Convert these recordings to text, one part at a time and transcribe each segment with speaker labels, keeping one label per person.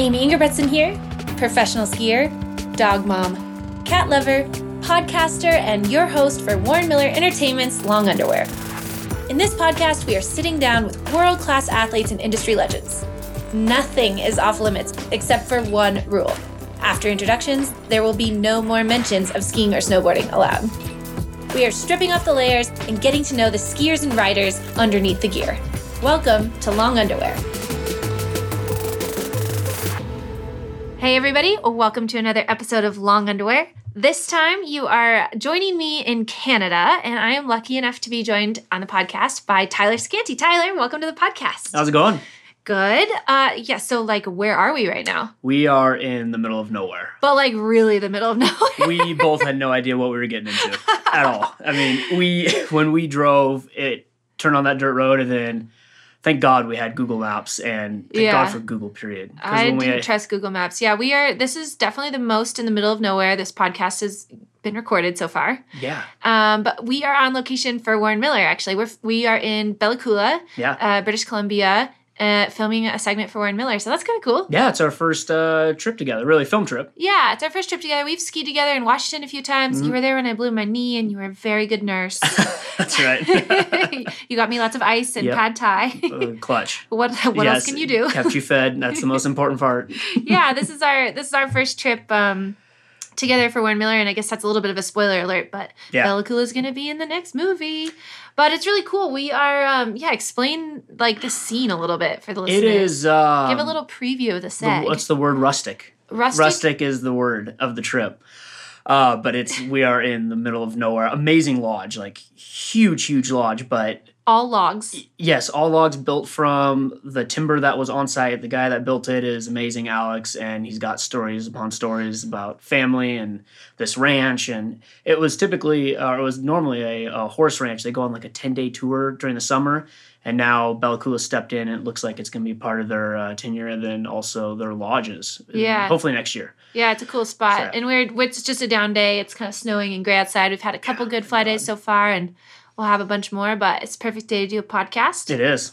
Speaker 1: Amy Ingerbretson here, professional skier, dog mom, cat lover, podcaster, and your host for Warren Miller Entertainment's Long Underwear. In this podcast, we are sitting down with world class athletes and industry legends. Nothing is off limits except for one rule. After introductions, there will be no more mentions of skiing or snowboarding allowed. We are stripping off the layers and getting to know the skiers and riders underneath the gear. Welcome to Long Underwear. Hey, everybody, welcome to another episode of Long Underwear. This time you are joining me in Canada, and I am lucky enough to be joined on the podcast by Tyler Scanty. Tyler, welcome to the podcast.
Speaker 2: How's it going?
Speaker 1: Good. Uh, yeah, so like, where are we right now?
Speaker 2: We are in the middle of nowhere.
Speaker 1: But like, really, the middle of nowhere.
Speaker 2: We both had no idea what we were getting into at all. I mean, we when we drove, it turned on that dirt road, and then thank God we had Google Maps, and thank
Speaker 1: Yeah.
Speaker 2: God for Google. Period. 'Cause
Speaker 1: I
Speaker 2: when we-
Speaker 1: didn't trust Google Maps. Yeah, we are. This is definitely the most in the middle of nowhere. This podcast has been recorded so far.
Speaker 2: yeah,
Speaker 1: Um, but we are on location for Warren Miller. Actually, we're we are in Bella Coola,
Speaker 2: yeah,
Speaker 1: uh, British Columbia, uh, filming a segment for Warren Miller. So that's kind of cool.
Speaker 2: yeah. It's our first uh, trip together, really film trip.
Speaker 1: Yeah, it's our first trip together. We've skied together in Washington a few times. You
Speaker 2: Mhm.
Speaker 1: were there when I blew my knee, and you were a very good nurse.
Speaker 2: That's right.
Speaker 1: you got me lots of ice and
Speaker 2: Yep.
Speaker 1: pad thai.
Speaker 2: Uh, clutch.
Speaker 1: what what
Speaker 2: Yes,
Speaker 1: else can you do?
Speaker 2: kept you fed. That's the most important part.
Speaker 1: yeah, this is our this is our first trip um together for Warren Miller, and I guess that's a little bit of a spoiler alert, but
Speaker 2: Yeah.
Speaker 1: Bella Coola's gonna be in the next movie. But it's really cool. We are um yeah, explain like the scene a little bit for the listener.
Speaker 2: It is. Um,
Speaker 1: Give a little preview of the
Speaker 2: the,
Speaker 1: set.
Speaker 2: what's the word? Rustic.
Speaker 1: rustic?
Speaker 2: rustic is the word of the trip uh, but it's we are in the middle of nowhere amazing lodge like huge huge lodge but
Speaker 1: all logs.
Speaker 2: yes all logs built from the timber that was on site the guy that built it is amazing alex and he's got stories upon stories about family and this ranch and it was typically or it was normally a, a horse ranch they go on like a 10 day tour during the summer and now Bella Coola stepped in, and it looks like it's going to be part of their uh, tenure, and then also their lodges. uh,
Speaker 1: Yeah.
Speaker 2: hopefully next year.
Speaker 1: Yeah, it's a cool spot.
Speaker 2: Set.
Speaker 1: And we're it's just a down day. It's kind of snowing and gray outside. We've had a couple good fly days so far and we'll have a bunch more, but it's a perfect day to do a podcast.
Speaker 2: It is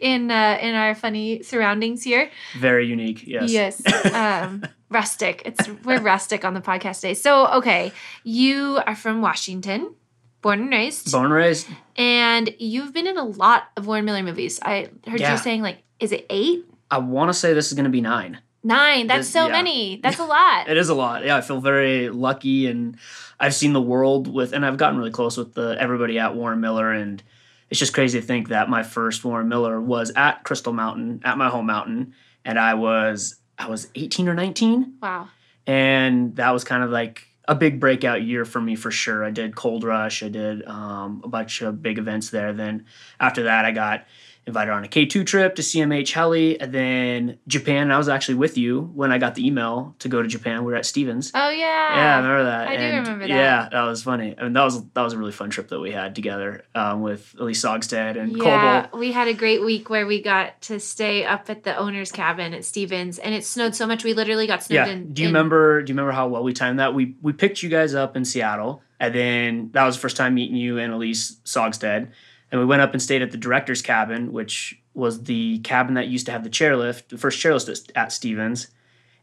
Speaker 1: in uh, in our funny surroundings here.
Speaker 2: very unique. Yes.
Speaker 1: Yes. um, rustic. It's we're rustic on the podcast today. So okay, you are from Washington, born and raised,
Speaker 2: Bone raised.
Speaker 1: and you've been in a lot of Warren Miller movies. I heard
Speaker 2: Yeah.
Speaker 1: you saying like, is it eight,
Speaker 2: I want to say this is going to be nine.
Speaker 1: nine? That's
Speaker 2: This-
Speaker 1: so
Speaker 2: yeah.
Speaker 1: many. That's a lot.
Speaker 2: It is a lot. Yeah, I feel very lucky, and I've seen the world with, and I've gotten really close with the everybody at Warren Miller, and it's just crazy to think that my first Warren Miller was at Crystal Mountain, at my home mountain, and I was I was 18 or 19,
Speaker 1: wow.
Speaker 2: and that was kind of like a big breakout year for me for sure. I did Cold Rush, I did um, a bunch of big events there. Then after that, I got invited on a K2 trip to CMH Heli, and then Japan. And I was actually with you when I got the email to go to Japan. We were at Stevens.
Speaker 1: Oh
Speaker 2: Yeah, I
Speaker 1: yeah.
Speaker 2: remember that.
Speaker 1: I do
Speaker 2: And,
Speaker 1: remember that.
Speaker 2: Yeah, that was funny. I mean, that was that was a really fun trip that we had together um, with Elise Sogstead and
Speaker 1: Yeah,
Speaker 2: Coble.
Speaker 1: we had a great week where we got to stay up at the owner's cabin at Stevens, and it snowed so much we literally got snowed
Speaker 2: Yeah.
Speaker 1: in.
Speaker 2: do you
Speaker 1: in-
Speaker 2: remember? Do you remember how well we timed that? We we picked you guys up in Seattle, and then that was the first time meeting you and Elise Sogstead, and we went up and stayed at the director's cabin, which was the cabin that used to have the chairlift, the first chairlift at- at Stevens,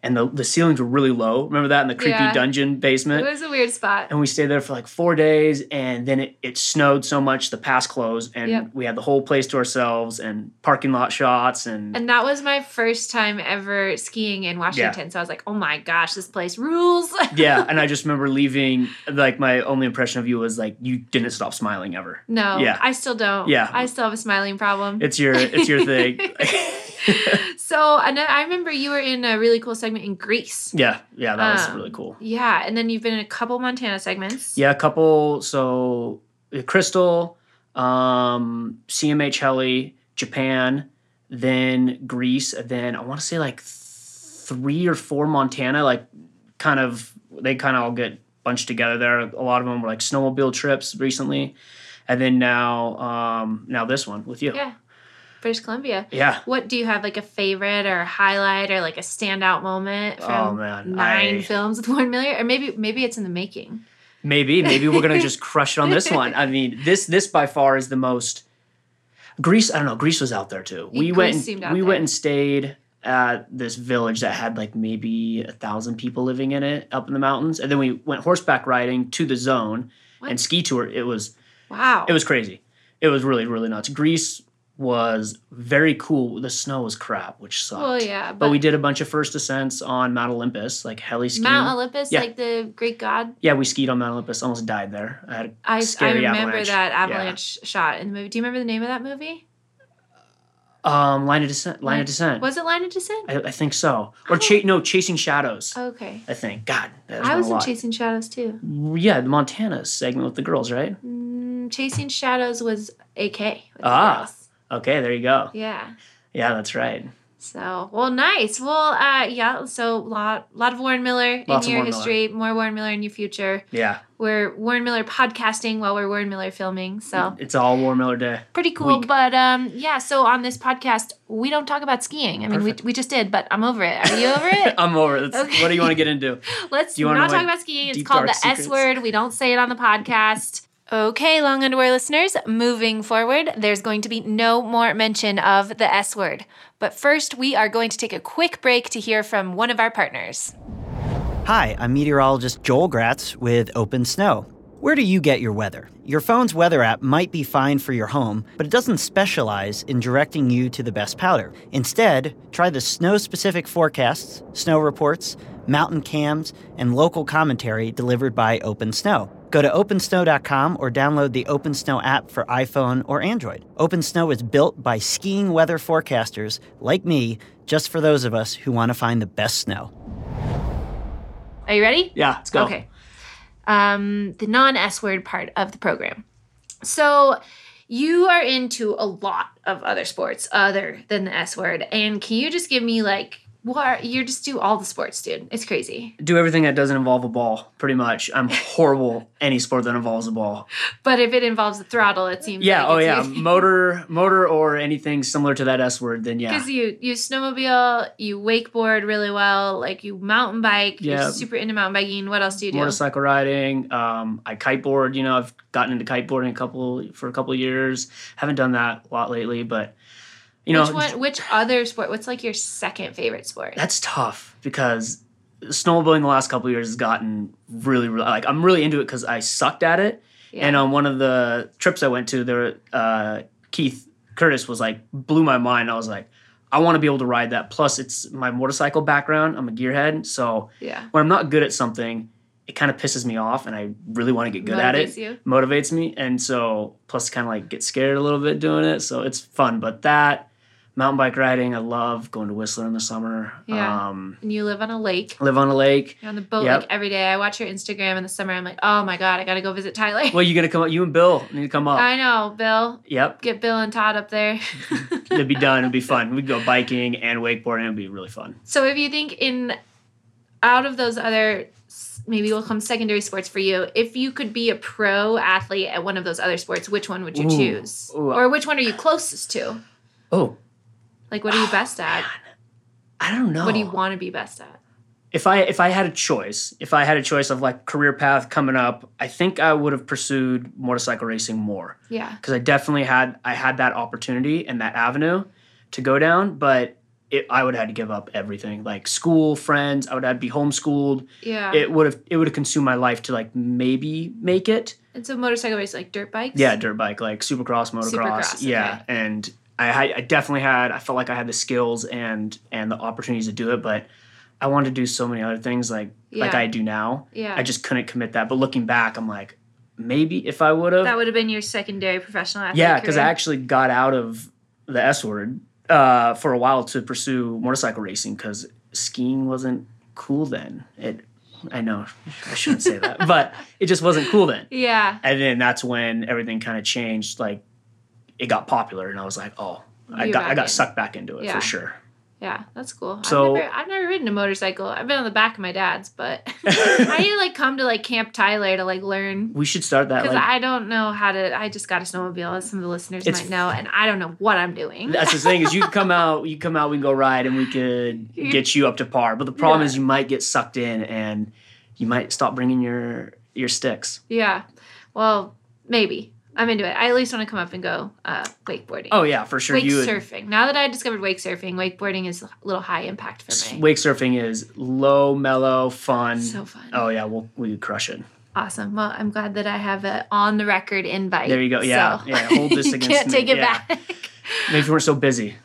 Speaker 2: and the the ceilings were really low. Remember that in the creepy
Speaker 1: Yeah.
Speaker 2: dungeon basement.
Speaker 1: It was a weird spot.
Speaker 2: and we stayed there for like four days and then it, it snowed so much the pass closed and
Speaker 1: Yep.
Speaker 2: we had the whole place to ourselves and parking lot shots and,
Speaker 1: And that was my first time ever skiing in Washington. So I was like, oh my gosh, this place rules.
Speaker 2: yeah and i just remember leaving like my only impression of you was like you didn't stop smiling ever
Speaker 1: no,
Speaker 2: Yeah.
Speaker 1: I still don't.
Speaker 2: Yeah.
Speaker 1: I still have a smiling problem.
Speaker 2: it's your it's your thing
Speaker 1: so and I I remember you were in a really cool segment in Greece.
Speaker 2: yeah yeah that was
Speaker 1: Um,
Speaker 2: really cool
Speaker 1: Yeah. And then you've been in a couple Montana segments.
Speaker 2: yeah a couple so uh, crystal um cmh heli japan then greece and then i want to say like th- three or four montana like kind of they kind of all get bunched together there a lot of them were like snowmobile trips recently and then now um now this one with you
Speaker 1: Yeah. British Columbia.
Speaker 2: yeah
Speaker 1: What do you have like a favorite or a highlight or like a standout moment
Speaker 2: oh
Speaker 1: from
Speaker 2: man
Speaker 1: nine
Speaker 2: I,
Speaker 1: films with Warren Miller? Or maybe maybe it's in the making.
Speaker 2: Maybe, maybe we're gonna just crush it on this one. I mean, this this by far is the most. Greece, I don't know. Greece was out there too.
Speaker 1: Yeah,
Speaker 2: we
Speaker 1: Greece
Speaker 2: went. And,
Speaker 1: seemed out
Speaker 2: we
Speaker 1: there.
Speaker 2: went and stayed at this village that had like maybe a thousand people living in it up in the mountains, and then we went horseback riding to the zone
Speaker 1: What?
Speaker 2: and ski tour. It was
Speaker 1: Wow.
Speaker 2: it was crazy. It was really really nuts. Greece was very cool. The snow was crap, which sucked.
Speaker 1: well, yeah,
Speaker 2: But, we did a bunch of first ascents on Mount Olympus, like heli skiing.
Speaker 1: Mount Olympus,
Speaker 2: Yeah.
Speaker 1: like the Greek god.
Speaker 2: yeah, we skied on Mount Olympus. Almost died there. I had a
Speaker 1: I, I
Speaker 2: Scary
Speaker 1: remember
Speaker 2: avalanche.
Speaker 1: that
Speaker 2: Yeah.
Speaker 1: avalanche shot in the movie. Do you remember the name of that movie?
Speaker 2: Um, line of descent. Line
Speaker 1: Line-
Speaker 2: of descent.
Speaker 1: Was it Line of Descent?
Speaker 2: I, I think so. Or
Speaker 1: I
Speaker 2: cha- no, chasing shadows.
Speaker 1: Okay.
Speaker 2: I think. God, that
Speaker 1: Oh. I
Speaker 2: been
Speaker 1: was
Speaker 2: a
Speaker 1: in
Speaker 2: lot.
Speaker 1: Chasing Shadows too.
Speaker 2: Yeah, the Montana segment with the girls, right?
Speaker 1: Mm, Chasing Shadows was AK. with the
Speaker 2: Ah.
Speaker 1: girls.
Speaker 2: Okay, there you go.
Speaker 1: Yeah.
Speaker 2: Yeah, that's right.
Speaker 1: So well, nice. Well, uh, yeah. So lot lot of Warren Miller
Speaker 2: Lots
Speaker 1: in
Speaker 2: of
Speaker 1: your
Speaker 2: Warren Miller.
Speaker 1: history, more Warren Miller in your future.
Speaker 2: Yeah,
Speaker 1: We're Warren Miller podcasting while we're Warren Miller filming. So
Speaker 2: it's all War Miller Day.
Speaker 1: pretty cool.
Speaker 2: Mm, Week.
Speaker 1: But um, yeah. So on this podcast, we don't talk about skiing. I mean, we,
Speaker 2: Perfect.
Speaker 1: we just did, but I'm over it. Are you over it?
Speaker 2: I'm over it. That's-
Speaker 1: Okay.
Speaker 2: What do you want to get into?
Speaker 1: Let's
Speaker 2: Do you wanna
Speaker 1: not
Speaker 2: know
Speaker 1: talk
Speaker 2: my
Speaker 1: about skiing. It's
Speaker 2: deep,
Speaker 1: called
Speaker 2: dark
Speaker 1: the S
Speaker 2: secrets?
Speaker 1: word. We don't say it on the podcast. Okay, long underwear listeners, moving forward, there's going to be no more mention of the S word. But first, we are going to take a quick break to hear from one of our partners.
Speaker 3: Hi, I'm meteorologist Joel Gratz with Open Snow. Where do you get your weather? Your phone's weather app might be fine for your home, but it doesn't specialize in directing you to the best powder. Instead, try the snow specific forecasts, snow reports, mountain cams, and local commentary delivered by Open Snow. Go to opensnow.com or download the OpenSnow app for iPhone or Android. OpenSnow is built by skiing weather forecasters like me, just for those of us who want to find the best snow.
Speaker 1: Are you ready?
Speaker 2: Yeah, let's go.
Speaker 1: Okay. Um, the non S word part of the program. So you are into a lot of other sports other than the S word. And can you just give me like what are, you're just do all the sports, dude? It's crazy.
Speaker 2: Do everything that doesn't involve a ball, pretty much. I'm horrible any sport that involves a ball.
Speaker 1: But if it involves the throttle, it seems
Speaker 2: Yeah,
Speaker 1: Like
Speaker 2: oh
Speaker 1: it's
Speaker 2: yeah,
Speaker 1: you.
Speaker 2: motor, motor, or anything similar to that S word. Then yeah,
Speaker 1: Because you you snowmobile, you wakeboard really well, like you mountain bike.
Speaker 2: Yeah.
Speaker 1: You're super into mountain biking. What else do you do?
Speaker 2: motorcycle riding. Um, I kiteboard. You know, I've gotten into kiteboarding a couple for a couple years. Haven't done that a lot lately, but you know,
Speaker 1: which one? Which other sport? What's like your second favorite sport?
Speaker 2: that's tough because snowmobiling the last couple years has gotten really, really like I'm really into it because I sucked at it.
Speaker 1: Yeah.
Speaker 2: And on one of the trips I went to, there uh, Keith Curtis was like blew my mind. I was like, I want to be able to ride that. Plus, it's my motorcycle background. I'm a gearhead, so
Speaker 1: yeah.
Speaker 2: when I'm not good at something, it kind of pisses me off, and I really want to get good at
Speaker 1: Motivates
Speaker 2: it.
Speaker 1: you.
Speaker 2: Motivates me, and so plus kind of like get scared a little bit doing it. So it's fun, but that mountain bike riding, I love going to Whistler in the summer.
Speaker 1: Yeah.
Speaker 2: Um,
Speaker 1: And you live on a lake.
Speaker 2: live on a lake.
Speaker 1: You're on the boat
Speaker 2: Yep.
Speaker 1: like every day. I watch your Instagram in the summer. I'm like, oh my god, I gotta go visit Tyler.
Speaker 2: Well, you gonna come up? You and Bill need to come up.
Speaker 1: I know, Bill.
Speaker 2: yep,
Speaker 1: Get Bill and Todd up there.
Speaker 2: it'd be done. It'd be fun. We'd go biking and wakeboarding. It'd be really fun.
Speaker 1: so if you think in out of those other s- maybe we'll come secondary sports for you, if you could be a pro athlete at one of those other sports, which one would you
Speaker 2: Ooh.
Speaker 1: choose?
Speaker 2: Ooh. uh,
Speaker 1: Or which one are you closest to?
Speaker 2: Oh,
Speaker 1: Like what are you
Speaker 2: Ah,
Speaker 1: best at?
Speaker 2: I don't know.
Speaker 1: What do you want to be best at?
Speaker 2: if I if I had a choice, if I had a choice of like career path coming up, I think I would have pursued motorcycle racing more
Speaker 1: Yeah.
Speaker 2: because I definitely had I had that opportunity and that avenue to go down, but it, I would have had to give up everything like school, friends. I would have had to be homeschooled.
Speaker 1: Yeah.
Speaker 2: It would have it would have consumed my life to like maybe make it.
Speaker 1: and so motorcycle race like dirt bikes?
Speaker 2: Yeah, dirt bike, like supercross, motocross.
Speaker 1: Supercross,
Speaker 2: Yeah,
Speaker 1: okay.
Speaker 2: and I, had- I definitely had. I felt like I had the skills and and the opportunities to do it, but I wanted to do so many other things, like like
Speaker 1: Yeah.
Speaker 2: I do now.
Speaker 1: Yeah.
Speaker 2: I just couldn't commit that. But looking back, I'm like, maybe if I would have.
Speaker 1: that would have been your secondary professional athlete.
Speaker 2: Yeah, because I
Speaker 1: career.
Speaker 2: actually got out of the S word uh, for a while to pursue motorcycle racing because skiing wasn't cool then. It, I know, I shouldn't say that, but it just wasn't cool then
Speaker 1: Yeah.
Speaker 2: and then that's when everything kind of changed like it got popular and i was like oh i
Speaker 1: You're
Speaker 2: got i
Speaker 1: back
Speaker 2: got
Speaker 1: in.
Speaker 2: sucked back into it
Speaker 1: Yeah.
Speaker 2: for sure
Speaker 1: Yeah, that's cool.
Speaker 2: So-
Speaker 1: I've never, I've never ridden a motorcycle. I've been on the back of my dad's, but I need to like come to like Camp Tyler to like learn
Speaker 2: we should start that
Speaker 1: because
Speaker 2: like
Speaker 1: I don't know how to. I just got a snowmobile, as some of the listeners
Speaker 2: It's-
Speaker 1: might know, and I don't know what I'm doing.
Speaker 2: that's the thing is you can come out you come out we can go ride and we could
Speaker 1: You-
Speaker 2: get you up to par but the problem
Speaker 1: Yeah.
Speaker 2: is you might get sucked in and you might stop bringing your your sticks
Speaker 1: yeah, well, maybe. I'm into it. I at least want to come up and go uh, wakeboarding.
Speaker 2: Oh yeah, for sure.
Speaker 1: wake
Speaker 2: you would,
Speaker 1: surfing. Now that I discovered wake surfing, wakeboarding is a little high impact for me.
Speaker 2: wake surfing is low, mellow, fun.
Speaker 1: so fun.
Speaker 2: oh yeah, we'll we could crush it.
Speaker 1: Awesome. Well, I'm glad that I have an on the record invite.
Speaker 2: There you go. Yeah,
Speaker 1: so-
Speaker 2: yeah. Hold this
Speaker 1: you
Speaker 2: against
Speaker 1: can't
Speaker 2: me.
Speaker 1: take it
Speaker 2: Yeah.
Speaker 1: back.
Speaker 2: Maybe we weren't so busy.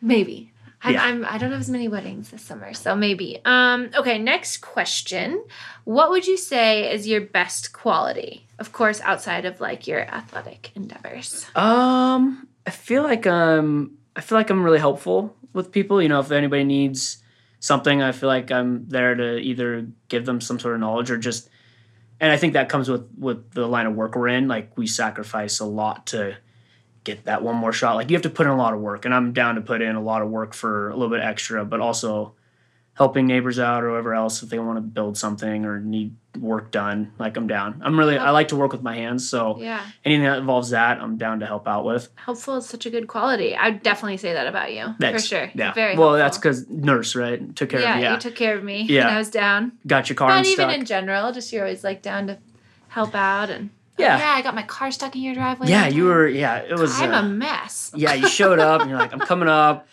Speaker 1: maybe. I'm,
Speaker 2: Yeah.
Speaker 1: I'm, I don't have as many weddings this summer, so maybe. Um, okay, next question. What would you say is your best quality? Of course, outside of like your athletic endeavors.
Speaker 2: Um, I feel like I'm. I feel like I'm really helpful with people. You know, if anybody needs something, I feel like I'm there to either give them some sort of knowledge or just. And I think that comes with with the line of work we're in. Like we sacrifice a lot to get that one more shot. Like you have to put in a lot of work, and I'm down to put in a lot of work for a little bit extra, but also helping neighbors out or whoever else if they want to build something or need work done. Like I'm down. I'm really. I like to work with my hands, so
Speaker 1: Yeah.
Speaker 2: anything that involves that, I'm down to help out with.
Speaker 1: Helpful is such a good quality. I would definitely say that about you.
Speaker 2: That's-
Speaker 1: for sure.
Speaker 2: Yeah.
Speaker 1: Very
Speaker 2: well,
Speaker 1: helpful.
Speaker 2: that's because nurse, right? Took care
Speaker 1: yeah,
Speaker 2: of yeah.
Speaker 1: you took care of me
Speaker 2: Yeah.
Speaker 1: when I was down.
Speaker 2: got your car
Speaker 1: Not
Speaker 2: unstuck.
Speaker 1: even in general, just you're always like down to help out and
Speaker 2: Yeah.
Speaker 1: Oh, yeah, I got my car stuck in your driveway.
Speaker 2: yeah,
Speaker 1: one
Speaker 2: you
Speaker 1: time.
Speaker 2: were. Yeah, it was.
Speaker 1: I'm
Speaker 2: uh,
Speaker 1: a mess.
Speaker 2: yeah, you showed up and you're like, I'm coming up.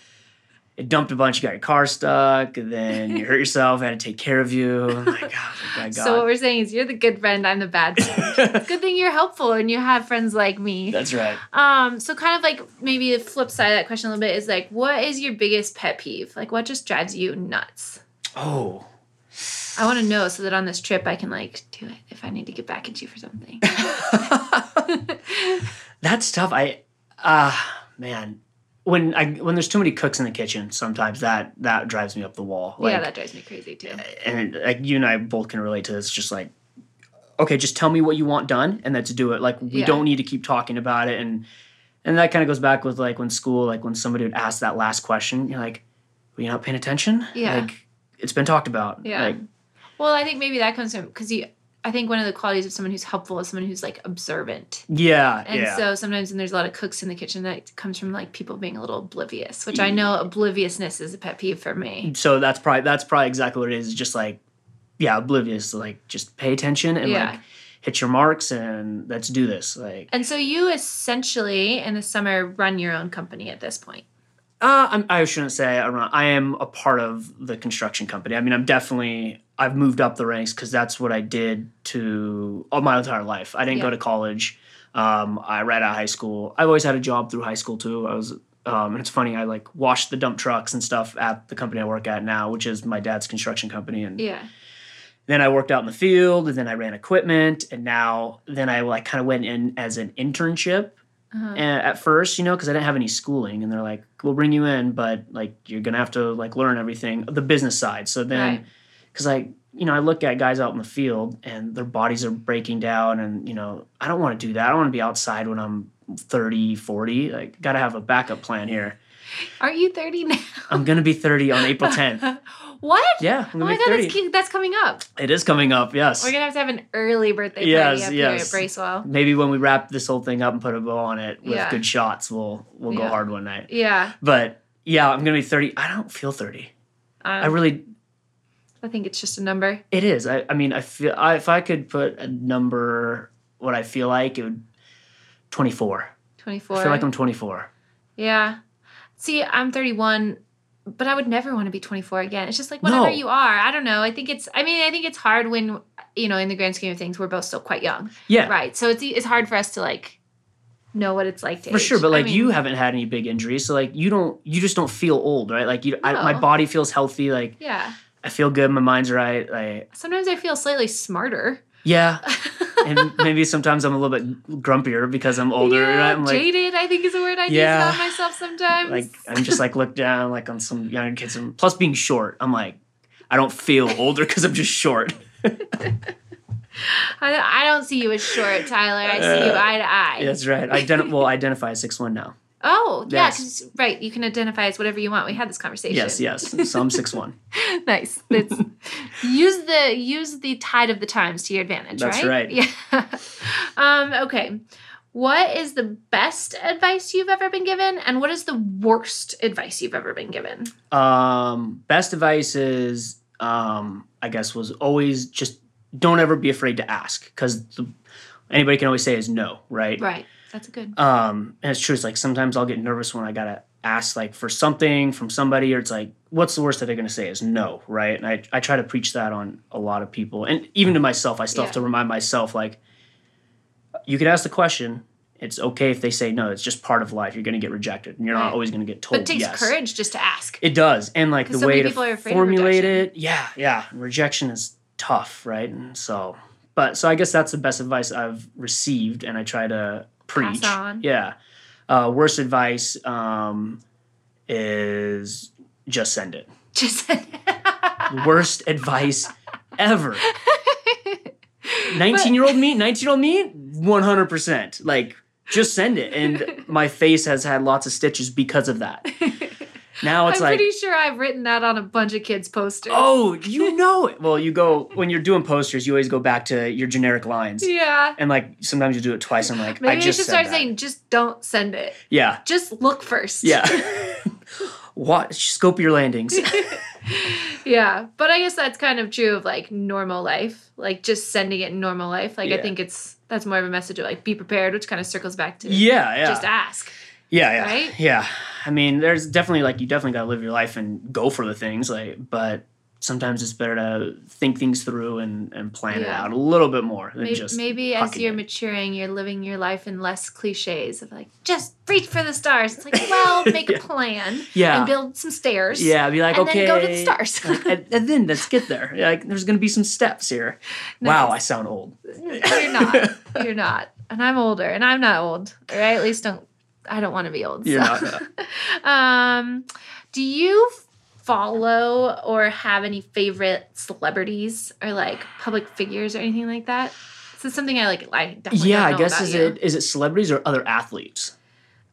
Speaker 2: It dumped a bunch. You got your car stuck. And then you hurt yourself. I had to take care of you. I'm like, oh my god.
Speaker 1: So what we're saying is you're the good friend, I'm the bad friend. good thing you're helpful and you have friends like me.
Speaker 2: That's right.
Speaker 1: Um, so kind of like maybe the flip side of that question a little bit is like, what is your biggest pet peeve? Like what just drives you nuts?
Speaker 2: Oh,
Speaker 1: I want to know so that on this trip I can like do it if I need to get back at you for something.
Speaker 2: that's tough. I, ah, man. When I when there's too many cooks in the kitchen, sometimes that that drives me up the wall.
Speaker 1: yeah,
Speaker 2: Like,
Speaker 1: that drives me crazy too.
Speaker 2: and like you and I both can relate to this. Just like, okay, just tell me what you want done, and let's do it. Like we
Speaker 1: Yeah.
Speaker 2: don't need to keep talking about it, and and that kind of goes back with like when school, like when somebody would ask that last question, you're like, were you not paying attention?
Speaker 1: Yeah.
Speaker 2: like it's been talked about.
Speaker 1: Yeah.
Speaker 2: like,
Speaker 1: Well, I think maybe that comes from because you. I think one of the qualities of someone who's helpful is someone who's like observant.
Speaker 2: yeah,
Speaker 1: And
Speaker 2: yeah.
Speaker 1: so sometimes, and there's a lot of cooks in the kitchen that comes from like people being a little oblivious, which I
Speaker 2: Mm.
Speaker 1: know obliviousness is a pet peeve for me.
Speaker 2: so that's probably that's probably exactly what it is. Just like, yeah, oblivious. Like just pay attention and
Speaker 1: Yeah.
Speaker 2: like hit your marks and let's do this. Like.
Speaker 1: And so you essentially in the summer run your own company at this point.
Speaker 2: Uh, I'm, I shouldn't say I run. I am a part of the construction company. I mean, I'm definitely I've moved up the ranks because that's what I did to all my entire life. I didn't
Speaker 1: Yeah.
Speaker 2: go to college. Um, I right out of high school. I've always had a job through high school too. I was, um, and it's funny. I like washed the dump trucks and stuff at the company I work at now, which is my dad's construction company. And
Speaker 1: Yeah.
Speaker 2: then I worked out in the field, and then I ran equipment, and now then I like kind of went in as an internship
Speaker 1: Uh-huh.
Speaker 2: and at first, you know, because I didn't have any schooling, and they're like, "We'll bring you in, but like you're gonna have to like learn everything, the business side." So
Speaker 1: Right.
Speaker 2: then, because I, you know, I look at guys out in the field and their bodies are breaking down, and you know, I don't want to do that. I don't want to be outside when I'm 30, 40. Like, gotta have a backup plan here.
Speaker 1: Aren't you 30 now?
Speaker 2: I'm gonna be 30 on April 10th.
Speaker 1: what?
Speaker 2: Yeah, I'm
Speaker 1: Oh
Speaker 2: gonna
Speaker 1: my
Speaker 2: be
Speaker 1: god,
Speaker 2: 30.
Speaker 1: that's, cu- that's coming up.
Speaker 2: It is coming up. Yes.
Speaker 1: We're gonna have to have an early birthday
Speaker 2: Yes,
Speaker 1: party up
Speaker 2: yes.
Speaker 1: here at Bracewell.
Speaker 2: Maybe when we wrap this whole thing up and put a bow on it with
Speaker 1: Yeah.
Speaker 2: good shots, we'll we'll go
Speaker 1: Yeah.
Speaker 2: hard one night.
Speaker 1: Yeah.
Speaker 2: But yeah, I'm gonna be 30. I don't feel 30. I
Speaker 1: Um,
Speaker 2: really
Speaker 1: I think it's just a number.
Speaker 2: It is. I, I mean, I feel I, if I could put a number, what I feel like it would twenty four.
Speaker 1: 24.
Speaker 2: I feel like I'm twenty four.
Speaker 1: Yeah. See, I'm 31, but I would never want to be 24 again. It's just like whatever
Speaker 2: No.
Speaker 1: you are. I don't know. I think it's. I mean, I think it's hard when you know, in the grand scheme of things, we're both still quite young,
Speaker 2: Yeah,
Speaker 1: right? So it's e, it's hard for us to like know what it's like to
Speaker 2: for sure.
Speaker 1: age.
Speaker 2: But
Speaker 1: I
Speaker 2: like, you
Speaker 1: mean,
Speaker 2: haven't had any big injuries, so like, you don't. You just don't feel old, right? Like, you, I, my
Speaker 1: No.
Speaker 2: body feels healthy. Like,
Speaker 1: Yeah.
Speaker 2: I feel good. My mind's right. Like,
Speaker 1: Sometimes I feel slightly smarter.
Speaker 2: yeah. and maybe sometimes I'm a little bit grumpier because I'm older.
Speaker 1: Yeah,
Speaker 2: right? I'm like,
Speaker 1: jaded. I think is a word I
Speaker 2: Yeah.
Speaker 1: use about myself sometimes.
Speaker 2: like I'm just like looked down like on some younger kids. And plus, being short, I'm like, I don't feel older because I'm just short.
Speaker 1: I, don't, I don't see you as short, Tyler. I see you
Speaker 2: Uh,
Speaker 1: eye to eye.
Speaker 2: That's right. Identi- well, identify as six one now.
Speaker 1: Oh, yeah.
Speaker 2: Yes.
Speaker 1: 'cause- right. You can identify as whatever you want. We had this conversation.
Speaker 2: Yes, yes. So I'm six one.
Speaker 1: nice. That's, use the use the tide of the times to your advantage.
Speaker 2: That's
Speaker 1: right.
Speaker 2: right.
Speaker 1: Yeah. um, okay. What is the best advice you've ever been given, and what is the worst advice you've ever been given?
Speaker 2: Um, best advice is, um, I guess, was always just don't ever be afraid to ask because anybody can always say is no, right?
Speaker 1: Right. That's good.
Speaker 2: Um, and it's true. It's like sometimes I'll get nervous when I gotta ask like for something from somebody, or it's like, what's the worst that they're gonna say is no, right? And I I try to preach that on a lot of people, and even to myself, I still have
Speaker 1: Yeah.
Speaker 2: to remind myself like, you can ask the question. It's okay if they say no. It's just part of life. You're gonna get rejected, and you're
Speaker 1: Right.
Speaker 2: not always gonna get
Speaker 1: But
Speaker 2: told.
Speaker 1: it takes
Speaker 2: yes.
Speaker 1: courage just to ask.
Speaker 2: It does, and like
Speaker 1: 'Cause
Speaker 2: the
Speaker 1: so
Speaker 2: way
Speaker 1: many
Speaker 2: to
Speaker 1: people are afraid of
Speaker 2: formulate
Speaker 1: rejection.
Speaker 2: it, yeah, yeah. Rejection is tough, right? And so, but so I guess that's the best advice I've received, and I try to preach.
Speaker 1: on.
Speaker 2: Yeah. Uh, worst advice um, is just send it.
Speaker 1: Just
Speaker 2: Worst advice ever. Nineteen-year-old me, nineteen-year-old me, one hundred percent. Like, just send it. And my face has had lots of stitches because of that. Now
Speaker 1: I'm
Speaker 2: it's like
Speaker 1: pretty sure I've written that on a bunch of kids' posters.
Speaker 2: Oh, you know it. Well, you go when you're doing posters, you always go back to your generic lines.
Speaker 1: Yeah.
Speaker 2: And like sometimes you do it twice. I'm like,
Speaker 1: Maybe
Speaker 2: I
Speaker 1: we
Speaker 2: just
Speaker 1: should
Speaker 2: said
Speaker 1: start
Speaker 2: that.
Speaker 1: saying just don't send it.
Speaker 2: Yeah,
Speaker 1: Just look first.
Speaker 2: yeah. Watch, scope your landings.
Speaker 1: Yeah. But I guess that's kind of true of like normal life. Like just sending it in normal life. Like I
Speaker 2: Yeah.
Speaker 1: think it's that's more of a message of like be prepared, which kind of circles back to
Speaker 2: yeah, yeah,
Speaker 1: just ask.
Speaker 2: yeah, yeah,
Speaker 1: right?
Speaker 2: yeah. I mean, there's definitely like you definitely gotta live your life and go for the things. Like, but sometimes it's better to think things through and and plan it
Speaker 1: Yeah.
Speaker 2: out a little bit more than
Speaker 1: Maybe,
Speaker 2: just
Speaker 1: maybe as
Speaker 2: hucking
Speaker 1: you're
Speaker 2: it.
Speaker 1: maturing, you're living your life in less cliches of like just reach for the stars. It's like, well, make a
Speaker 2: Yeah.
Speaker 1: plan
Speaker 2: yeah.
Speaker 1: and build some stairs.
Speaker 2: yeah, be like,
Speaker 1: and
Speaker 2: okay.
Speaker 1: then go to the stars.
Speaker 2: like, and, and then let's get there. Like, there's going to be some steps here. Wow, I sound old.
Speaker 1: You're not. You're not. And I'm older, and I'm not old, or I at least don't. I don't want to be old.
Speaker 2: You're
Speaker 1: so.
Speaker 2: not.
Speaker 1: um, do you follow or have any favorite celebrities or like public figures or anything like that? This is something I like. I definitely
Speaker 2: yeah,
Speaker 1: don't
Speaker 2: I
Speaker 1: know
Speaker 2: guess
Speaker 1: about
Speaker 2: is
Speaker 1: you.
Speaker 2: it is it celebrities or other athletes?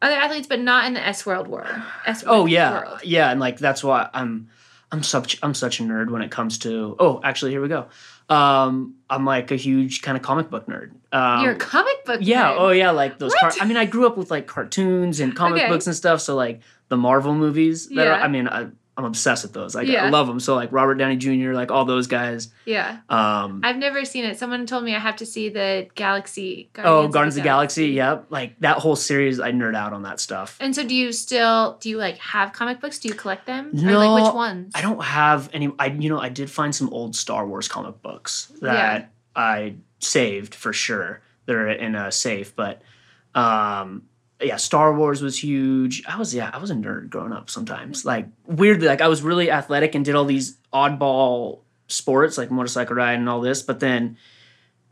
Speaker 1: other athletes, but not in the S world world. S
Speaker 2: Oh yeah,
Speaker 1: world.
Speaker 2: yeah, and like that's why I'm I'm such I'm such a nerd when it comes to oh actually here we go. Um, I'm like a huge kind of comic book nerd. Um,
Speaker 1: You're a comic book.
Speaker 2: yeah,
Speaker 1: nerd.
Speaker 2: oh yeah, like those. Car-
Speaker 1: What?
Speaker 2: I mean, I grew up with like cartoons and comic
Speaker 1: Okay.
Speaker 2: books and stuff. So like the Marvel movies. That are,
Speaker 1: Yeah.
Speaker 2: I mean, I, I'm obsessed with those. Like
Speaker 1: Yeah.
Speaker 2: I love them. So like Robert Downey Jr., like all those guys.
Speaker 1: yeah.
Speaker 2: Um,
Speaker 1: I've never seen it. Someone told me I have to see the Galaxy.
Speaker 2: oh, Guardians of the Galaxy. Yep, like that whole series. I nerd out on that stuff.
Speaker 1: And so, do you still do you like have comic books? Do you collect them? or
Speaker 2: No,
Speaker 1: like which ones?
Speaker 2: I don't have any. I you know I did find some old Star Wars comic books that I saved for sure. They're in a safe, but um, yeah, Star Wars was huge. I was yeah, I was a nerd growing up. Sometimes like weirdly, like I was really athletic and did all these oddball sports like motorcycle ride and all this, but then.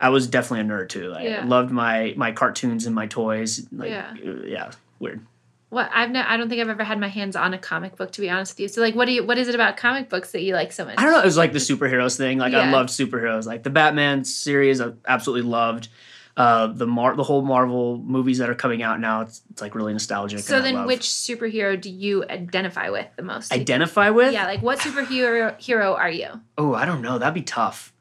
Speaker 2: I was definitely a nerd too. Like, I
Speaker 1: Yeah.
Speaker 2: loved my my cartoons and my toys. Like,
Speaker 1: Yeah.
Speaker 2: yeah, yeah, weird.
Speaker 1: What I've no, I don't think I've ever had my hands on a comic book to be honest with you. So like, what do you? What is it about comic books that you like so much?
Speaker 2: I don't know. It was like the superheroes thing. Like I
Speaker 1: Yeah.
Speaker 2: loved superheroes. Like the Batman series, I absolutely loved. Uh, the Mar- the whole Marvel movies that are coming out now, it's, it's like really nostalgic.
Speaker 1: So
Speaker 2: and I
Speaker 1: then,
Speaker 2: love.
Speaker 1: which superhero do you identify with the most?
Speaker 2: identify with?
Speaker 1: yeah, like what superhero hero are you?
Speaker 2: Oh, I don't know. That'd be tough.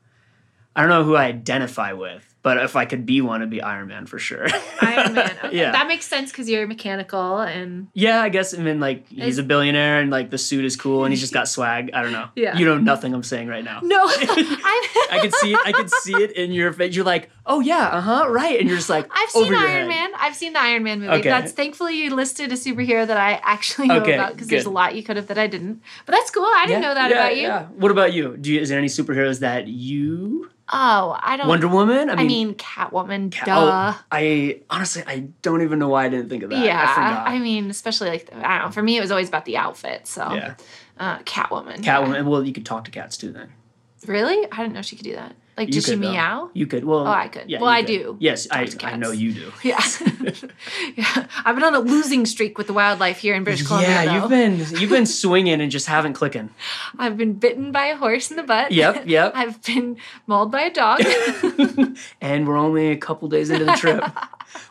Speaker 2: I don't know who I identify with, but if I could be one, it'd be Iron Man for sure.
Speaker 1: Iron Man. Okay.
Speaker 2: Yeah.
Speaker 1: that makes sense because you're mechanical and
Speaker 2: yeah, I guess. I mean, like he's a billionaire, and like the suit is cool, and he's just got swag. I don't know.
Speaker 1: Yeah.
Speaker 2: You know nothing I'm saying right now.
Speaker 1: no, I've
Speaker 2: I could see. I could see it in your face. You're like, oh yeah, uh huh, right, and you're just like,
Speaker 1: I've
Speaker 2: over
Speaker 1: seen
Speaker 2: your
Speaker 1: Iron
Speaker 2: head.
Speaker 1: Man. I've seen the Iron Man movie.
Speaker 2: Okay.
Speaker 1: That's thankfully you listed a superhero that I actually know
Speaker 2: Okay,
Speaker 1: about because there's a
Speaker 2: good.
Speaker 1: lot you could have that I didn't. But that's cool. I didn't know that
Speaker 2: yeah,
Speaker 1: about you.
Speaker 2: yeah. What about you? Do you, is there any superheroes that you
Speaker 1: Oh, I don't.
Speaker 2: Wonder Woman?
Speaker 1: I mean, Catwoman.
Speaker 2: ca-
Speaker 1: duh.
Speaker 2: oh, I honestly I don't even know why I didn't think of that. I
Speaker 1: yeah,
Speaker 2: forgot.
Speaker 1: I, mean, especially like I don't know. For me, it was always about the outfit. So,
Speaker 2: yeah,
Speaker 1: uh, Catwoman.
Speaker 2: Catwoman. Well, you could talk to cats too. Then
Speaker 1: Really? I didn't know she could do that. Like,
Speaker 2: you
Speaker 1: did she
Speaker 2: could, though.
Speaker 1: meow?
Speaker 2: You could. Well,
Speaker 1: Oh, I could.
Speaker 2: Yeah,
Speaker 1: Well,
Speaker 2: you
Speaker 1: I
Speaker 2: could.
Speaker 1: do
Speaker 2: Yes, I,
Speaker 1: to
Speaker 2: I know
Speaker 1: cats.
Speaker 2: you do.
Speaker 1: Yeah. yeah. I've been on a losing streak with the wildlife here in British Columbia.
Speaker 2: yeah,
Speaker 1: though.
Speaker 2: you've been you've been swinging and just haven't clicking.
Speaker 1: I've been bitten by a horse in the butt.
Speaker 2: Yep, yep.
Speaker 1: I've been mauled by a dog.
Speaker 2: and we're only a couple days into the trip.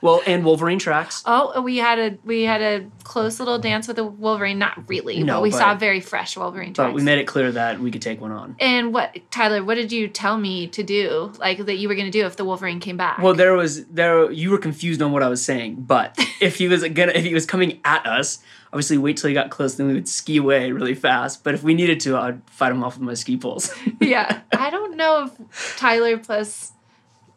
Speaker 2: well, and Wolverine tracks.
Speaker 1: oh, we had a we had a close little dance with a wolverine. Not really,
Speaker 2: No,
Speaker 1: but we
Speaker 2: but-
Speaker 1: saw a very fresh wolverine.
Speaker 2: But
Speaker 1: tracks.
Speaker 2: we made it clear that we could take one on.
Speaker 1: And what, Tyler? What did you tell me to do? Like that you were going to do if the wolverine came back?
Speaker 2: Well, there was there you were confused on what I was saying, but if he was gonna if he was coming at us, obviously wait till he got close, then we would ski away really fast. But if we needed to, I'd fight him off with my ski poles.
Speaker 1: yeah. I don't know if Tyler plus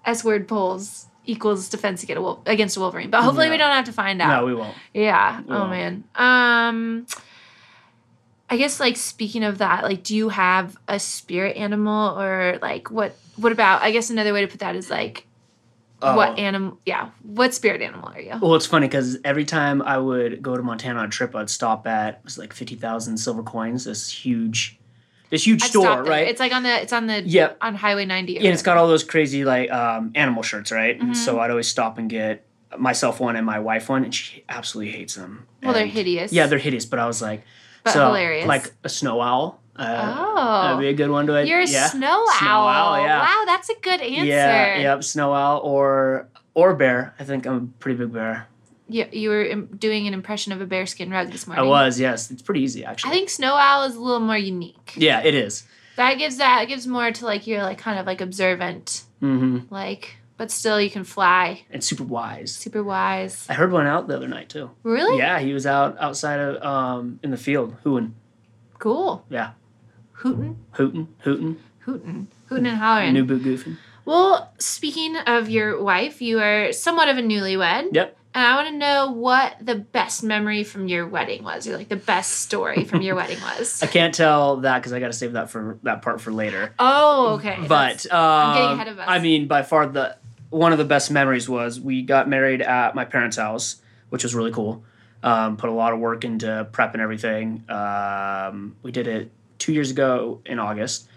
Speaker 1: S word polls equals defense against a wol- against a wolverine. But hopefully we
Speaker 2: No.
Speaker 1: don't have to find out.
Speaker 2: No, we won't.
Speaker 1: yeah. Oh
Speaker 2: won't.
Speaker 1: man. Um I guess like speaking of that, like do you have a spirit animal or like what what about I guess another way to put that is like
Speaker 2: Oh.
Speaker 1: what animal yeah, what spirit animal are you?
Speaker 2: Well, it's funny because every time I would go to Montana on a trip, I'd stop at it was like fifty thousand silver coins. This huge, this huge
Speaker 1: I'd
Speaker 2: store,
Speaker 1: stop there.
Speaker 2: right?
Speaker 1: It's like on the it's on the
Speaker 2: Yep.
Speaker 1: on Highway 90.
Speaker 2: yeah, and it's got all those crazy like um, animal shirts, right? And so
Speaker 1: Mm-hmm.
Speaker 2: I'd always stop and get myself one and my wife one, and she absolutely hates them.
Speaker 1: Well, they're
Speaker 2: And-
Speaker 1: hideous.
Speaker 2: Yeah, they're hideous, but I was like,
Speaker 1: But
Speaker 2: so
Speaker 1: hilarious.
Speaker 2: like a snow owl. Uh,
Speaker 1: Oh.
Speaker 2: that'd be a good one to it.
Speaker 1: You're a
Speaker 2: yeah.
Speaker 1: snow, owl. Wow, that's a good answer.
Speaker 2: Yeah, yep, snow owl or or bear. I think I'm a pretty big bear.
Speaker 1: You, you were im- doing an impression of a bearskin rug this
Speaker 2: I
Speaker 1: morning.
Speaker 2: was, yes. It's pretty easy actually.
Speaker 1: I think snow owl is a little more unique.
Speaker 2: yeah, it is.
Speaker 1: That gives that gives more to like you're like kind of like observant,
Speaker 2: Mm-hmm.
Speaker 1: like but still you can fly,
Speaker 2: and super wise.
Speaker 1: super wise.
Speaker 2: I heard one out the other night too.
Speaker 1: Really
Speaker 2: Yeah, he was out outside of um in the field hooting.
Speaker 1: cool.
Speaker 2: Yeah,
Speaker 1: Hootin,
Speaker 2: hooting, hooting,
Speaker 1: hootin, hootin and hollering.
Speaker 2: new boot goofing.
Speaker 1: Well, speaking of your wife, you are somewhat of a newlywed.
Speaker 2: Yep.
Speaker 1: And I want to know what the best memory from your wedding was, or like the best story from your wedding was.
Speaker 2: I can't tell that because I got to save that for that part for later.
Speaker 1: Oh, okay.
Speaker 2: But um, i
Speaker 1: getting ahead of us.
Speaker 2: mean, by far the one of the best memories was we got married at my parents' house, which was really cool. Um, put a lot of work into prep and everything. Um, we did it two years ago in August,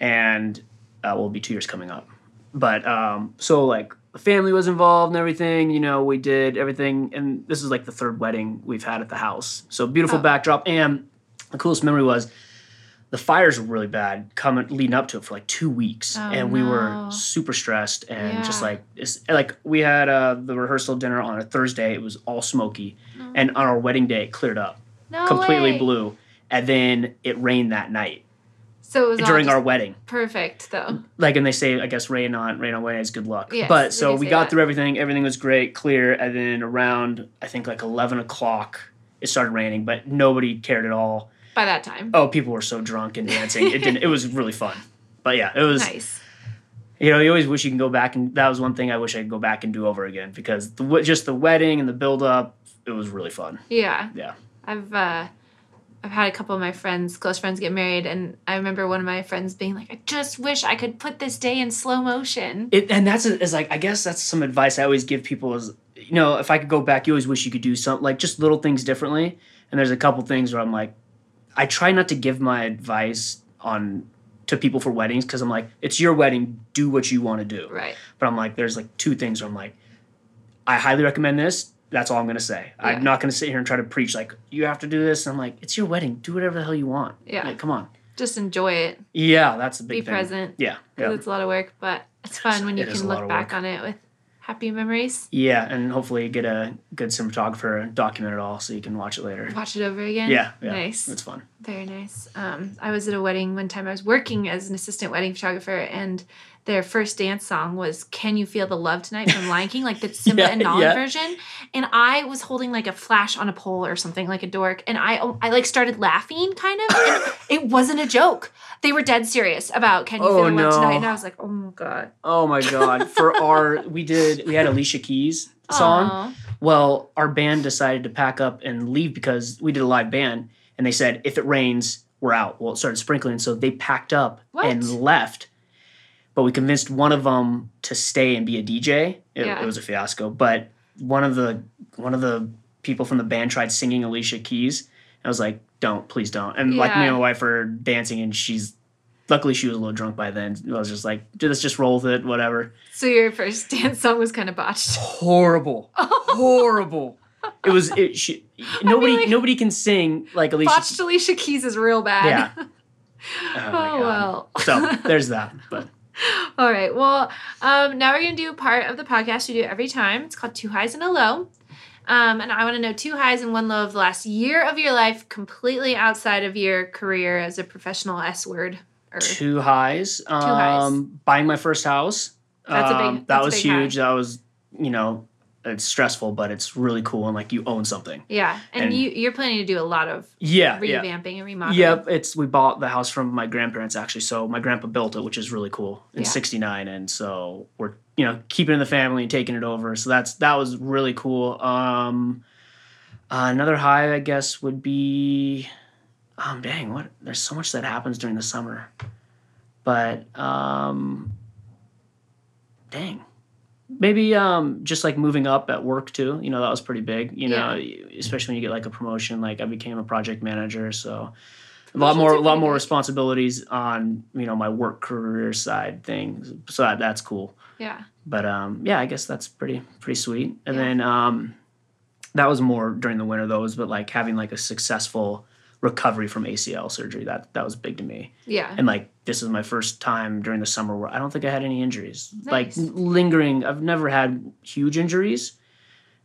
Speaker 2: and uh, will be two years coming up. But um, so like the family was involved and everything. You know, we did everything, and this is like the third wedding we've had at the house. So beautiful
Speaker 1: Oh.
Speaker 2: backdrop, and the coolest memory was the fires were really bad coming leading up to it for like two weeks
Speaker 1: Oh,
Speaker 2: and we
Speaker 1: no.
Speaker 2: were super stressed and just
Speaker 1: Yeah.
Speaker 2: like it's, like we had uh, the rehearsal dinner on a thursday it was all smoky
Speaker 1: No.
Speaker 2: and on our wedding day it cleared up
Speaker 1: no
Speaker 2: completely
Speaker 1: way.
Speaker 2: blue and then it rained that night
Speaker 1: So it was
Speaker 2: during
Speaker 1: all
Speaker 2: our
Speaker 1: just
Speaker 2: wedding
Speaker 1: perfect though.
Speaker 2: like and they say i guess rain on rain on wedding is good luck
Speaker 1: Yes, they
Speaker 2: but so
Speaker 1: do
Speaker 2: we
Speaker 1: say
Speaker 2: got
Speaker 1: that.
Speaker 2: through everything everything was great clear and then around i think like 11 o'clock it started raining but nobody cared at all
Speaker 1: By that time,
Speaker 2: oh people were so drunk and dancing it didn't it was really fun but yeah it was
Speaker 1: nice.
Speaker 2: you know you always wish you can go back and that was one thing i wish i could go back and do over again because the, w- just the wedding and the build up it was really fun
Speaker 1: Yeah,
Speaker 2: yeah
Speaker 1: I've uh, I've had a couple of my friends, close friends, get married, and I remember one of my friends being like, "I just wish I could put this day in slow motion."
Speaker 2: it, and that's is like i guess that's some advice i always give people is you know if i could go back you always wish you could do something like just little things differently and there's a couple things where i'm like i try not to give my advice on to people for weddings because i'm like it's your wedding do what you want to do
Speaker 1: Right.
Speaker 2: but I'm like, there's like two things where I'm like, I highly recommend this. That's all I'm gonna say.
Speaker 1: Yeah.
Speaker 2: I'm not gonna sit here and try to preach like you have to do this. I'm like, it's your wedding. Do whatever the hell you want.
Speaker 1: Yeah.
Speaker 2: Like, come on.
Speaker 1: Just enjoy it.
Speaker 2: Yeah, that's the big
Speaker 1: Be
Speaker 2: thing.
Speaker 1: present.
Speaker 2: Yeah.
Speaker 1: 'cause
Speaker 2: Yeah.
Speaker 1: It's a lot of work, but it's fun when you
Speaker 2: it is
Speaker 1: can
Speaker 2: a lot
Speaker 1: look
Speaker 2: of
Speaker 1: back
Speaker 2: work.
Speaker 1: on it with happy memories.
Speaker 2: Yeah, and hopefully get a good cinematographer and document it all so you can watch it later.
Speaker 1: Watch it over again.
Speaker 2: Yeah, yeah.
Speaker 1: Nice.
Speaker 2: It's fun.
Speaker 1: Very nice. Um, I was at a wedding one time. I was working as an assistant wedding photographer, and their first dance song was "Can You Feel the Love Tonight" from Lion King, like the Simba
Speaker 2: Yeah,
Speaker 1: and Nala
Speaker 2: yeah.
Speaker 1: version. And I was holding like a flash on a pole or something, like a dork. And I, I like started laughing, kind of. And it wasn't a joke. They were dead serious about "Can You Feel
Speaker 2: Oh,
Speaker 1: the Love
Speaker 2: no.
Speaker 1: Tonight," and I was like, "Oh my god!"
Speaker 2: Oh my god. For our we did we had Alicia Keys song.
Speaker 1: Aw.
Speaker 2: Well, our band decided to pack up and leave because we did a live band, and they said if it rains, we're out. Well, it started sprinkling, so they packed up
Speaker 1: What?
Speaker 2: and left. But we convinced one of them to stay and be a DJ. It,
Speaker 1: Yeah.
Speaker 2: it was a fiasco, but one of the one of the people from the band tried singing Alicia Keys. And I was like, "Don't, please don't!" And like me
Speaker 1: Yeah.
Speaker 2: and my wife are dancing, and she's luckily she was a little drunk by then. I was just like, "Let's just roll with it, whatever."
Speaker 1: So your first dance song was kind of botched.
Speaker 2: horrible, horrible. It was it. She, nobody,
Speaker 1: like-
Speaker 2: nobody can sing like Alicia.
Speaker 1: Botched Alicia Keys is real bad.
Speaker 2: Yeah.
Speaker 1: oh
Speaker 2: my God.
Speaker 1: well.
Speaker 2: So there's that. But
Speaker 1: All right. Well, um, now we're going to do part of the podcast we do every time. It's called Two Highs and a Low. Um, and I want to know two highs and one low of the last year of your life, completely outside of your career as a professional S word. Er, Or
Speaker 2: two highs. Um,
Speaker 1: highs.
Speaker 2: Buying my first house.
Speaker 1: That's a big-
Speaker 2: Um, that
Speaker 1: that's a
Speaker 2: was
Speaker 1: big
Speaker 2: huge. That was you know, it's stressful, but it's really cool and like you own something.
Speaker 1: yeah, and,
Speaker 2: And-
Speaker 1: you you're planning to do a lot of
Speaker 2: Yeah, yeah.
Speaker 1: revamping and remodeling.
Speaker 2: Yep, it's we bought the house from my grandparents actually. So my grandpa built it, which is really cool in
Speaker 1: Yeah.
Speaker 2: '69, and so we're you know keeping it in the family and taking it over. So that's that was really cool. Um, uh, another high, I guess, would be, um, dang, what? There's so much that happens during the summer, but um, dang, maybe um, just like moving up at work too. You know, that was pretty big. You know, especially when you get like a promotion. Like I became a project manager, so a lot
Speaker 1: Promotions
Speaker 2: more,
Speaker 1: are
Speaker 2: a lot
Speaker 1: pretty
Speaker 2: more
Speaker 1: big.
Speaker 2: responsibilities on you know my work career side things. So that, that's cool
Speaker 1: Yeah.
Speaker 2: but um, yeah, I guess that's pretty pretty sweet. And
Speaker 1: Yeah.
Speaker 2: then um, that was more during the winter those, but like having like a successful recovery from ACL surgery that that was big to me.
Speaker 1: Yeah.
Speaker 2: And like this is my first time during the summer where I don't think I had any injuries,
Speaker 1: Nice.
Speaker 2: like lingering. I've never had huge injuries.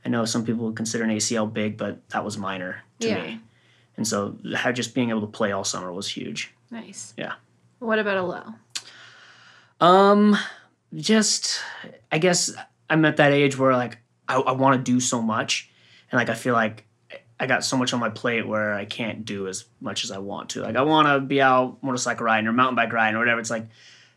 Speaker 2: I know some people would consider an ACL big, but that was minor to
Speaker 1: Yeah.
Speaker 2: me. And so ha- just being able to play all summer was huge.
Speaker 1: nice.
Speaker 2: Yeah.
Speaker 1: What about a low?
Speaker 2: Um, just I guess I'm at that age where like I, I want to do so much, and like I feel like I got so much on my plate where I can't do as much as I want to. Like I want to be out motorcycle riding or mountain bike riding or whatever. It's like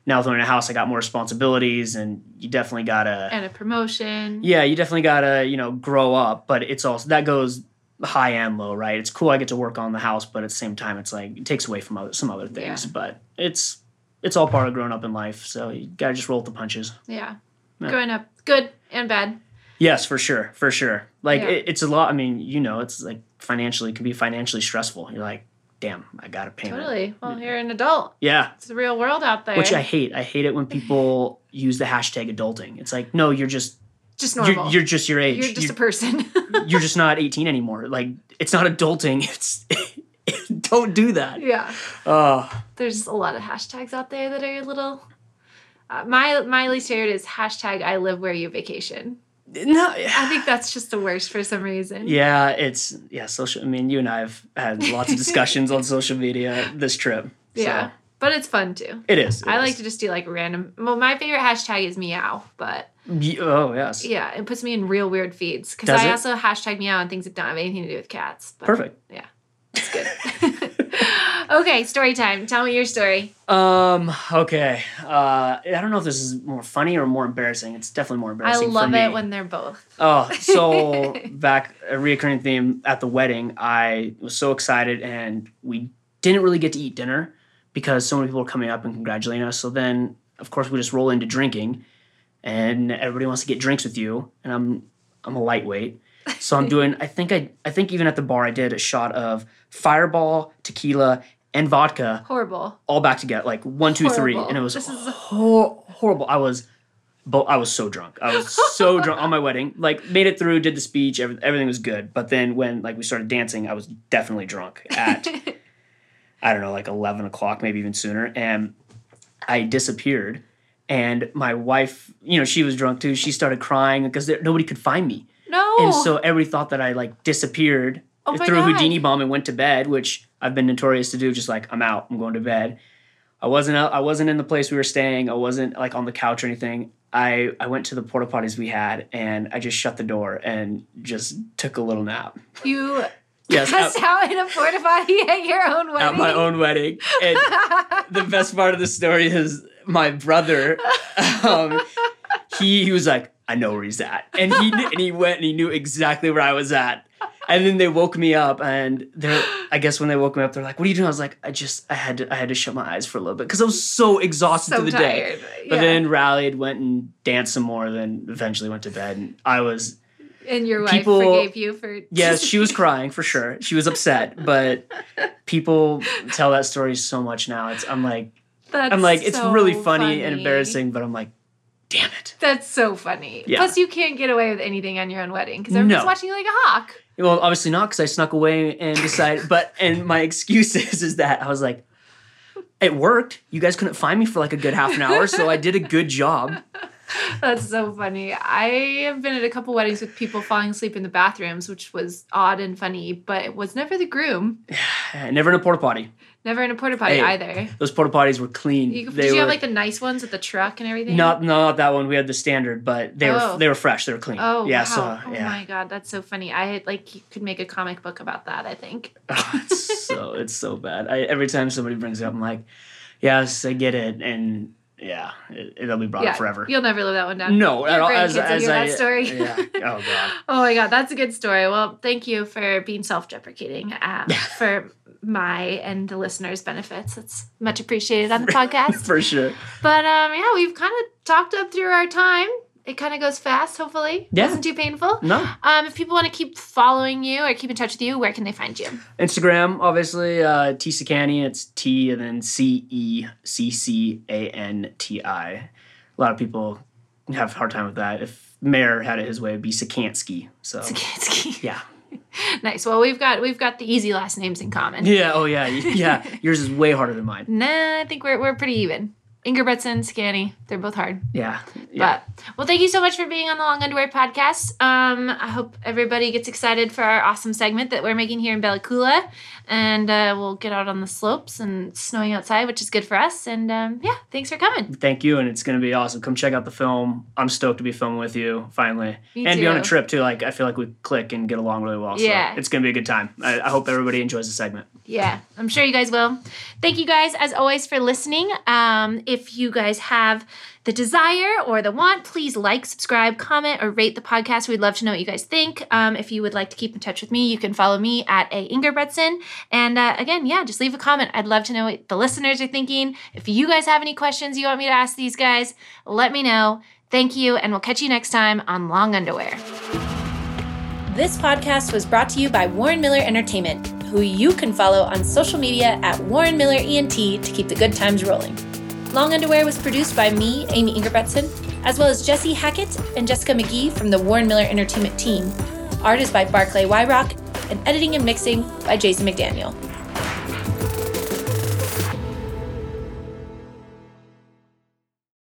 Speaker 2: now with owning a house, I got more responsibilities, and you definitely gotta
Speaker 1: And a promotion.
Speaker 2: yeah, you definitely gotta you know grow up. But it's also that goes high and low, right? It's cool I get to work on the house, but at the same time, it's like it takes away from other, some other things. But it's it's all part of growing up in life, so you gotta just roll with the punches.
Speaker 1: Yeah.
Speaker 2: Yeah.
Speaker 1: Growing up, good and bad.
Speaker 2: Yes, for sure, for sure. Like
Speaker 1: Yeah.
Speaker 2: it, it's a lot. I mean, you know, it's like financially it can be financially stressful. You're like, damn, I got a payment.
Speaker 1: Totally. Well, you're an adult.
Speaker 2: Yeah,
Speaker 1: It's the real world out there.
Speaker 2: which I hate. I hate it when people use the hashtag adulting. It's like, no, you're just
Speaker 1: just
Speaker 2: you're,
Speaker 1: normal.
Speaker 2: you're just your age.
Speaker 1: You're just
Speaker 2: You-
Speaker 1: a person.
Speaker 2: you're just not 18 anymore. Like it's not adulting. It's don't do that.
Speaker 1: yeah.
Speaker 2: Oh,
Speaker 1: There's a lot of hashtags out there that are a little. Uh, my my least favorite is hashtag I live where you vacation.
Speaker 2: no.
Speaker 1: I think that's just the worst for some reason.
Speaker 2: Yeah, it's yeah. Social. I mean, you and I have had lots of discussions on social media this trip. So,
Speaker 1: Yeah. But it's fun too.
Speaker 2: it is. it
Speaker 1: I
Speaker 2: is.
Speaker 1: like to just do like random. Well, my favorite hashtag is meow, but
Speaker 2: Ye- Oh yes.
Speaker 1: yeah, it puts me in real weird feeds because
Speaker 2: Does
Speaker 1: I
Speaker 2: it?
Speaker 1: also hashtag meow and things that don't have anything to do with cats. But
Speaker 2: Perfect.
Speaker 1: It's good. okay, story time. Tell me your story.
Speaker 2: Um. Okay. Uh. I don't know if this is more funny or more embarrassing. It's definitely more
Speaker 1: I
Speaker 2: embarrassing.
Speaker 1: love
Speaker 2: for me.
Speaker 1: it when they're both.
Speaker 2: Oh, so back a reoccurring theme at the wedding. I was so excited, and we didn't really get to eat dinner because so many people were coming up and congratulating us. So then, of course, we just roll into drinking, and everybody wants to get drinks with you, and I'm I'm a lightweight, so I'm doing. I think I I think even at the bar I did a shot of Fireball, tequila, and vodka
Speaker 1: Horrible.
Speaker 2: all back together, like one, two, three,
Speaker 1: Horrible.
Speaker 2: and it was
Speaker 1: This is-
Speaker 2: hor- horrible. I was, but I was so drunk. I was so drunk on my wedding. Like made it through, did the speech, every- everything was good. But then when like we started dancing, I was definitely drunk at I don't know, like eleven o'clock, maybe even sooner, and I disappeared. And my wife, you know, she was drunk too. She started crying because there, nobody could find me,
Speaker 1: No.
Speaker 2: and so everybody thought that I like disappeared
Speaker 1: Oh my
Speaker 2: through a
Speaker 1: God.
Speaker 2: Houdini bomb and went to bed, which I've been notorious to do. Just like I'm out, I'm going to bed. I wasn't out, I wasn't in the place we were staying. I wasn't like on the couch or anything. I I went to the porta potties we had and I just shut the door and just took a little nap.
Speaker 1: you
Speaker 2: Yes, uh,
Speaker 1: passed
Speaker 2: at,
Speaker 1: out in a porta potty at your own wedding.
Speaker 2: at my own wedding. And the best part of the story is my brother. Um, he he was like, I know where he's at, and he kn- and he went and he knew exactly where I was at. And then they woke me up, and they're I guess when they woke me up, they're like, "What are you doing?" I was like, "I just I had to I had to shut my eyes for a little bit because I was so exhausted
Speaker 1: so
Speaker 2: through the day."
Speaker 1: tired.
Speaker 2: But
Speaker 1: Yeah.
Speaker 2: then rallied, went and danced some more, then eventually went to bed. And I was
Speaker 1: and your wife
Speaker 2: people-
Speaker 1: forgave you for.
Speaker 2: Yes, she was crying for sure. She was upset, but people tell that story so much now. It's I'm like
Speaker 1: That's
Speaker 2: I'm like it's
Speaker 1: so
Speaker 2: really funny, and embarrassing, but I'm like, damn it.
Speaker 1: That's so funny.
Speaker 2: Yeah.
Speaker 1: Plus, you can't get away with anything on your own wedding because everyone's
Speaker 2: No.
Speaker 1: watching you like a hawk.
Speaker 2: Well, obviously not because I snuck away and decided. but and my excuse is is that I was like, it worked. You guys couldn't find me for like a good half an hour, so I did a good job.
Speaker 1: That's so funny. I have been at a couple weddings with people falling asleep in the bathrooms, which was odd and funny, but it was never the groom,
Speaker 2: Eh, Never in a porta potty.
Speaker 1: never in a porta potty
Speaker 2: Hey,
Speaker 1: either.
Speaker 2: Those porta potties were clean.
Speaker 1: You,
Speaker 2: they
Speaker 1: did you
Speaker 2: were
Speaker 1: have like the nice ones with the truck and everything?
Speaker 2: not not that one. We had the standard, but they
Speaker 1: Oh.
Speaker 2: were they were fresh. They were clean.
Speaker 1: Oh
Speaker 2: yeah.
Speaker 1: wow!
Speaker 2: So
Speaker 1: oh
Speaker 2: yeah.
Speaker 1: my god, that's so funny. I had, like you could make a comic book about that. I think.
Speaker 2: Oh, it's so it's so bad. I, every time somebody brings it up, I'm like, yes, I get it, and yeah, it, it'll be brought
Speaker 1: yeah,
Speaker 2: up forever.
Speaker 1: You'll never live that one down.
Speaker 2: No, at all,
Speaker 1: grandkids
Speaker 2: as,
Speaker 1: will
Speaker 2: as
Speaker 1: hear
Speaker 2: I,
Speaker 1: that story.
Speaker 2: Yeah. Oh god.
Speaker 1: Oh my god, that's a good story. Well, thank you for being self-deprecating uh, for my and the listeners' benefits. It's much appreciated on the podcast.
Speaker 2: For sure.
Speaker 1: But um, yeah, we've kind of talked up through our time. It kind of goes fast. Hopefully,
Speaker 2: Yeah.
Speaker 1: wasn't too painful.
Speaker 2: No.
Speaker 1: Um, if people want to keep following you or keep in touch with you, where can they find you?
Speaker 2: Instagram, obviously, uh, T Cicani. It's T and then C E C C A N T I. A lot of people have a hard time with that. If Mayor had it his way, it'd be Sikansky. So, yeah.
Speaker 1: nice. Well, we've got we've got the easy last names in common.
Speaker 2: Yeah. Oh, yeah. Yeah. Yours is way harder than mine.
Speaker 1: Nah, I think we're we're pretty even. Ingerbretson, Scanny, they're both hard.
Speaker 2: Yeah. Yeah.
Speaker 1: But well, thank you so much for being on the Long Underwear podcast. Um, I hope everybody gets excited for our awesome segment that we're making here in Bella Coola, and uh, we'll get out on the slopes and it's snowing outside, which is good for us. And um, yeah, thanks for coming.
Speaker 2: Thank you. And it's going to be awesome. Come check out the film. I'm stoked to be filming with you finally.
Speaker 1: Me
Speaker 2: and be on a
Speaker 1: too.
Speaker 2: trip, too. Like, I feel like we click and get along really well.
Speaker 1: Yeah.
Speaker 2: So, it's going to be a good time. I, I hope everybody enjoys the segment.
Speaker 1: Yeah, I'm sure you guys will. Thank you guys, as always, for listening. Um, if you guys have the desire or the want, please like, subscribe, comment, or rate the podcast. We'd love to know what you guys think. Um, if you would like to keep in touch with me, you can follow me at A. Ingerbretson. And uh, again, yeah, just leave a comment. I'd love to know what the listeners are thinking. If you guys have any questions you want me to ask these guys, let me know. Thank you, and we'll catch you next time on Long Underwear. This podcast was brought to you by Warren Miller Entertainment, who you can follow on social media at Warren Miller ENT to keep the good times rolling. Long Underwear was produced by me, Amy Ingerbretson, as well as Jesse Hackett and Jessica McGee from the Warren Miller Entertainment team. Art is by Barclay Wyrock, and editing and mixing by Jason McDaniel.